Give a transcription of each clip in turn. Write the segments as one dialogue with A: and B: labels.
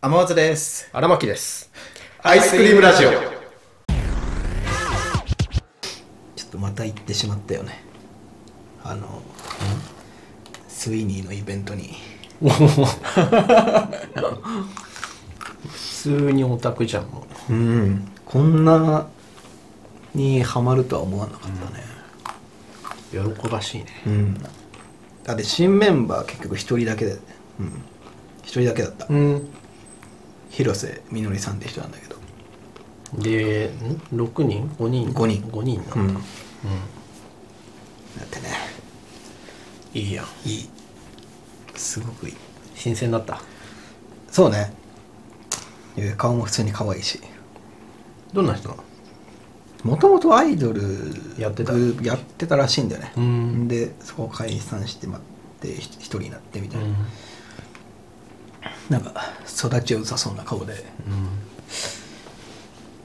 A: 天松です
B: 荒牧です
A: アイスクリームラジオ
C: ちょっとまた行ってしまったよねあのスイニーのイベントに
B: 普通にオタクじゃんも
C: うんこんなにハマるとは思わなかったね
B: う喜ばしいね
C: うん、だって新メンバー結局一人だけでうん一人だけだった、
B: うん
C: 広瀬みのりさんって人なんだけど
B: でん6人5人
C: 五人
B: 5人なんだ、
C: うん
B: うん
C: だってね
B: いいやん
C: いいすごくいい
B: 新鮮だった
C: そうねいや顔も普通に可愛いし
B: どんな人なの
C: もともとアイドル
B: やってた
C: グループやってたらしいんだよね、
B: うん
C: でそこ解散してまってひ一人になってみたいな、なんか育ち良さそうな顔で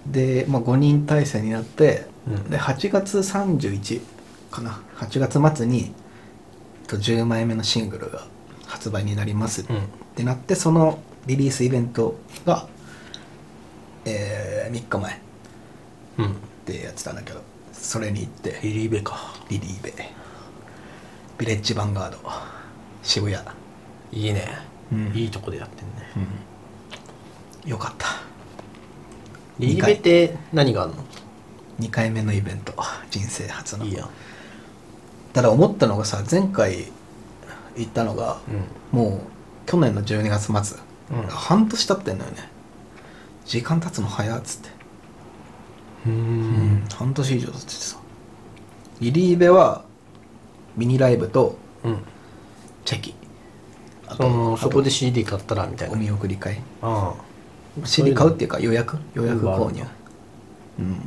C: で、まあ、5人体制になって、
B: うん
C: で8月31かな8月末にと10枚目のシングルが発売になります、
B: うん
C: ってなってそのリリースイベントが、え3日前
B: うんうん
C: でやってたんだけどそれに行って
B: リリーベか
C: リリーベビレッジヴァンガード渋谷、
B: いいね、
C: うん
B: いいとこでやってんね
C: よかった
B: リリーベって何がある
C: 2回目のイベント人生初
B: の
C: の
B: いいやん
C: ただ思ったのがさ前回行ったのが、もう去年の12月末、
B: うん
C: 半年経ってんのよね時間経つの早っつって、
B: うんうん
C: 半年以上経っててさリリーベはミニライブと
B: うん
C: チェキあ
B: その
C: あ
B: そこで CD 買ったらみたい
C: お
B: な
C: 見送り会
B: あ
C: CD 買うっていうか予約予約購入
B: ウーバー
C: うん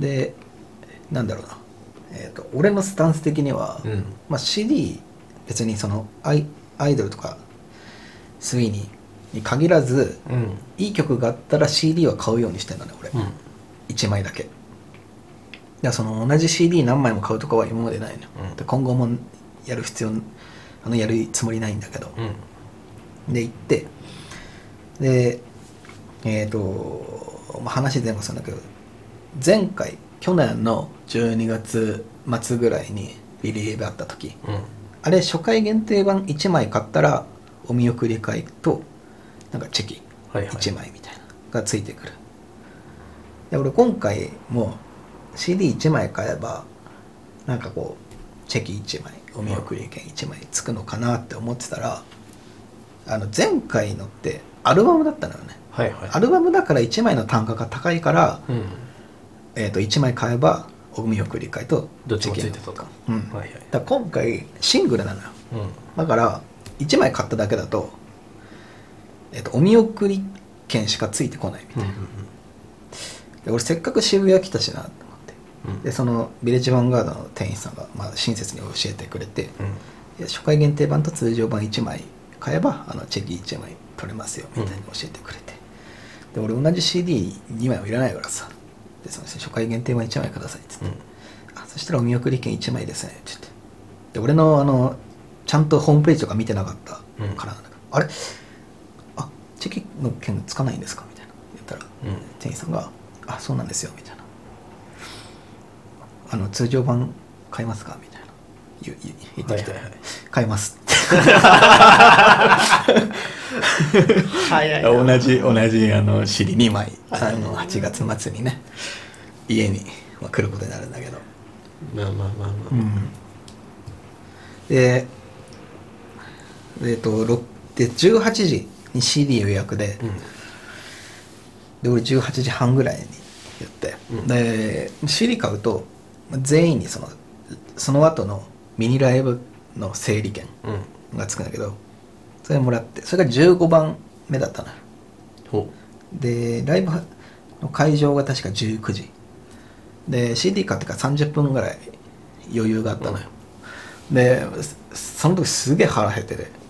C: でなんだろうなえっ、と俺のスタンス的には、
B: うん
C: まあ、CD 別にそのアイアイドルとかスイニーに限らず
B: あうん
C: いい曲があったら CD は買うようにしてんだね俺、
B: うん
C: 1枚だけだからその同じ CD 何枚も買うとかは今までないの、
B: うん
C: で今後もやる必要あのやるつもりないんだけど、
B: うん
C: で行ってでえっ、と、まあ、話前後するんだけど前回去年の12月末ぐらいにリリーブあった時
B: うん
C: あれ初回限定版1枚買ったらお見送り会となんかチェキ
B: はいはい
C: 1枚みたいなのがついてくる、で俺今回も CD1 枚買えばなんかこうチェキ1枚お見送り券1枚つくのかなって思ってたらあの前回のってアルバムだったのよね
B: はいはい
C: アルバムだから1枚の単価が高いから、
B: うん
C: えー、と1枚買えばお見送り会と
B: どっちもつ
C: チェ
B: い
C: キ
B: てたか
C: うん
B: はいはい
C: だから今回シングルなのよ
B: うん
C: だから1枚買っただけだと,、えっとお見送り券しかついてこないみたいな、で俺せっかく渋谷来たしなと思って、
B: うん
C: でそのビレッジヴァンガードの店員さんが、まあ、親切に教えてくれて、
B: うん
C: いや初回限定版と通常版1枚買えばあのチェキ1枚取れますよみたいに教えてくれて、で俺同じ CD2 枚はいらないからさでその初回限定版1枚くださいっつって、あそしたらお見送り券1枚ですねって言ってで俺のあのちゃんとホームページとか見てなかったからなんだけど、あれあチェキの券つかないんですかみたいな言ったら、
B: うん
C: 店員さんが「あそうなんですよ」みたいな「あの通常版買いますか?」みたいな言う言う言ってきて「
B: はいはいはい
C: 買います」
B: 早
C: 同じ同じあの尻2枚あの8月末にね家に、まあ、来ることになるんだけど、
B: まあまあまあまあ
C: でえっとろで18時に CD 予約で、で俺18時半ぐらいに言って、
B: うん
C: で CD 買うとまあ全員にそのその後のミニライブの整理券
B: うんうん
C: がつくんだけどそれもらってそれが15番目だったな
B: ほ
C: でライブの会場が確か19時で CD 買ってから30分ぐらい余裕があったのよ、でそその時すげえ腹減ってて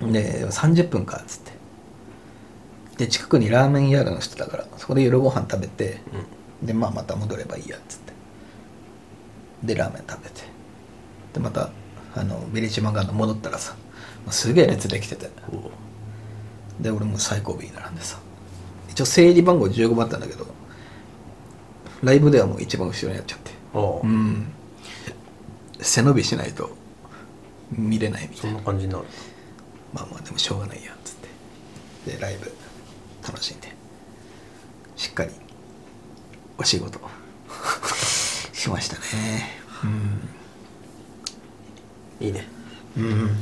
C: で30分かっつってで近くにラーメン屋の人だからそこで夜ご飯食べて、でまあまた戻ればいいやっつってでラーメン食べてでまたあのビレッジマンガンド戻ったらさもうすげえ列できてて
B: うほ
C: で俺も最後尾に並んでさ一応整理番号15番だったんだけどライブではもう一番後ろにやっちゃって
B: おう
C: うん背伸びしないと見れないみたいな
B: そんな感じになる
C: まあまあでもしょうがないやっつってでライブ楽しんでしっかりお仕 事しましたね
B: いいね
C: うんうん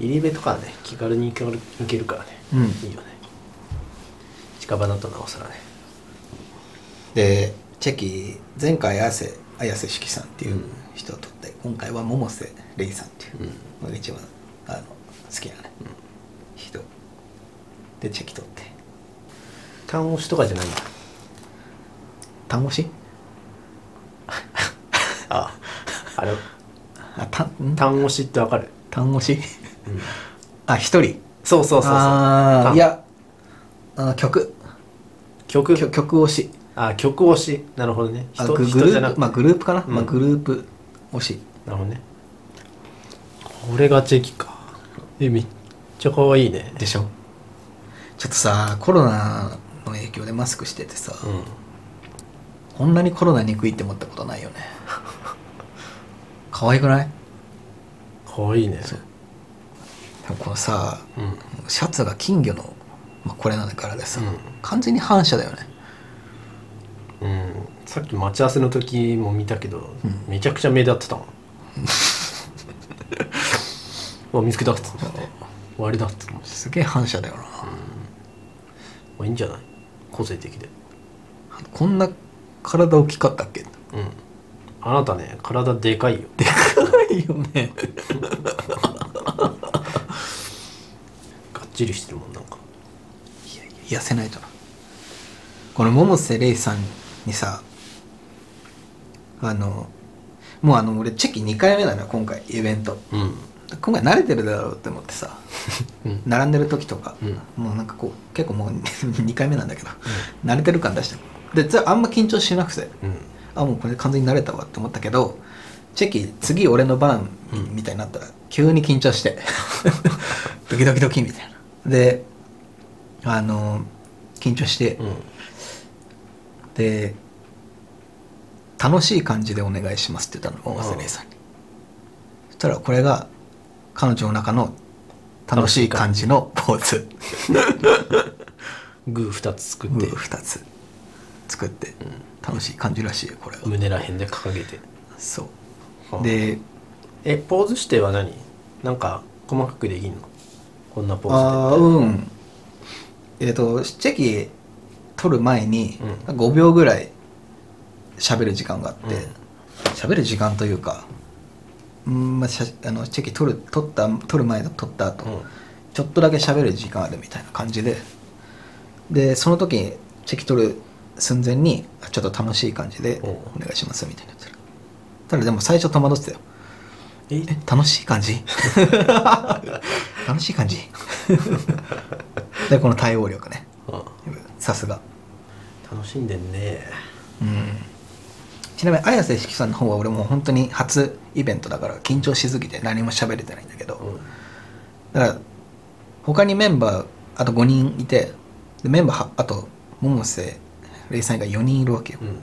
B: リリベとかはね気軽に行ける行けるからね、
C: うん
B: いいよね近場だとなおさらね
C: でチェキ前回綾瀬綾瀬四季さんっていう人を取って、今回は百瀬レイさんっていうのが一番、あの好きなね、人でチェキ取って
B: 単押しとかじゃないんだ
C: 単語し
B: あああれ
C: あ単ん
B: 単押しってわかる、
C: 単語し
B: うん、
C: あ一人
B: そうそうそうそう
C: あー
B: 単
C: いやあ曲
B: 曲
C: 曲曲推し
B: あ曲押しなるほどね
C: あ
B: 人
C: ググ
B: 人
C: ル
B: じゃなく
C: ープ
B: て
C: まあグループかな、
B: うん
C: まあグループ推し
B: なるほどねこれがチェキかえめっちゃ可愛いね
C: でしょちょっとさコロナの影響でマスクしててさ、
B: うん
C: こんなにコロナにくいって思ったことないよね可愛くない
B: 可愛いね
C: でもこのさ
B: うんうん
C: シャツが金魚の、まあ、これなんだからでさ、完全に反射だよね
B: うん、さっき待ち合わせの時も見たけど、
C: うん
B: めちゃくちゃ目立ってたもんうわ見つけたっつって終わりだっつっても
C: すげえ反射だよな、
B: ういいんじゃない個性的で
C: こんな体大きかったっけ
B: うんあなたね体でかいよ
C: いいよね
B: がっちりしてるもんなんか
C: 痩せないとなこの百瀬レイさんにさあのもうあの俺チェキ2回目なのよ今回イベント
B: うん
C: 今回慣れてるだろうって思ってさ
B: うん
C: 並んでる時とか、
B: う
C: もうなんかこう結構もう 2回目なんだけど、慣れてる感出してでじゃああんま緊張しなくて
B: うん
C: あもうこれ完全に慣れたわって思ったけどチェキ次俺の番みたいになったら急に緊張してドキドキドキみたいなであの緊張して、
B: うん
C: で楽しい感じでお願いしますって言ったの大瀬玲さんにそしたらこれが彼女の中の楽しい感じのポーズ
B: グー2つ作って、
C: 2つ作って楽しい感じらしいよこれが、
B: 胸らへんで掲げて
C: そう
B: はあ
C: で
B: えポーズしては何なんか細かくできんのこんなポ
C: あ
B: ー
C: あ
B: ズで
C: うんえっ、とチェキ取る前に
B: う
C: 5秒ぐらい喋る時間があって
B: うん
C: 喋、る時間というかうんまあ、しゃあのチェキ取る取った取る前と取った後、
B: うん
C: ちょっとだけ喋る時間あるみたいな感じででその時にチェキ取る寸前にあちょっと楽しい感じで
B: お
C: お
B: う
C: 願いしますみたいなやつただでも最初戸惑ってたよ
B: え
C: え楽しい感 じ楽しい感じでこの対応力ね
B: あ
C: さすが
B: 楽しんでんね
C: うんちなみに綾瀬四季さんの方は俺もう本当に初イベントだから緊張しすぎて何も喋れてないんだけど、
B: うん
C: だから他にメンバーあと5人いてでメンバーはあと百瀬イさんが4人いるわけよ、
B: うん
C: だか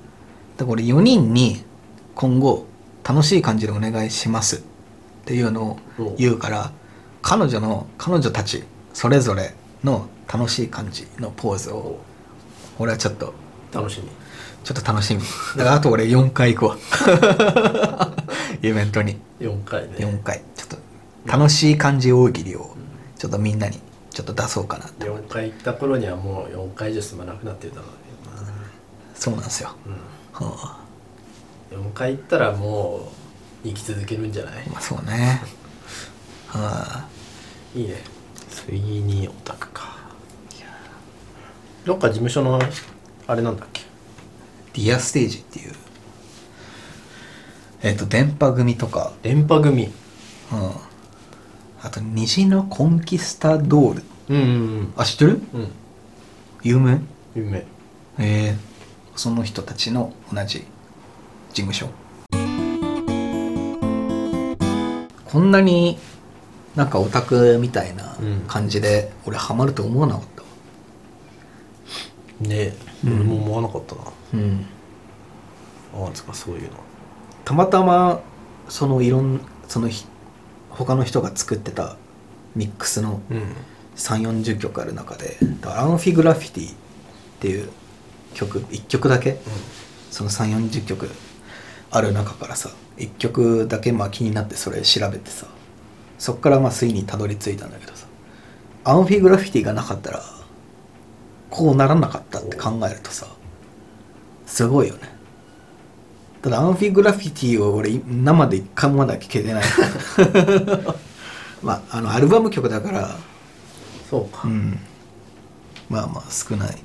C: ら俺4人に今後楽しい感じでお願いしますっていうのを言うから彼女の彼女たちそれぞれの楽しい感じのポーズを俺はちょっと
B: 楽しみ
C: ちょっと楽しみだからあと俺4回行こう イベントに
B: 4回ね
C: 4回ちょっと楽しい感じ大喜利をちょっとみんなにちょっと出そうかなって
B: 4回行った頃にはもう4回じゃ済まなくなってたのね、
C: そうなんですよ、うんま
B: うん、4回行ったらもう生き続けるんじゃない
C: あそうねあ
B: いいね次にオタクかどっか事務所のあれなんだっけ
C: ディアステージっていうえっ、と電波組とか、
B: 電波組
C: うん、あと虹のコンキスタドール
B: うんうん
C: あ知ってる
B: うんうん
C: 有名
B: 夢
C: ええその人たちの同じ事務所こんなになんかオタクみたいな
B: うん
C: 感じで、俺ハマると思わなかったわ
B: ね俺も思わなかったな、
C: うん
B: ああつかそういうの
C: たまたまそのいろんそのひ他の人が作ってたミックスの
B: うん
C: 3 4 0曲ある中で「だからアンフィグラフィティ」っていう曲1曲だけその3 4 0曲ある中からさ1曲だけまあ気になってそれ調べてさそっからまあついにたどり着いたんだけどさアンフィグラフィティがなかったらこうならなかったって考えるとさすごいよねただアンフィグラフィティを俺生で一回もまだ聴けてないまああのアルバム曲だから
B: そうか、
C: うんまあまあ少ないだ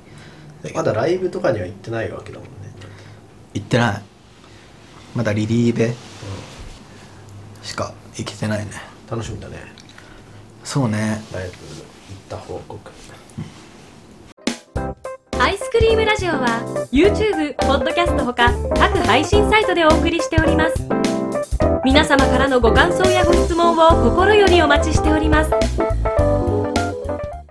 C: けど
B: まだライブとかには行ってないわけだもんね
C: 行ってないまだリリーベしか行けてないね
B: 楽しみだね
C: そうね
B: ライブ行った報告
D: アイスクリームラジオは YouTube、ポッドキャストほか各配信サイトでお送りしております皆様からのご感想やご質問を心よりお待ちしております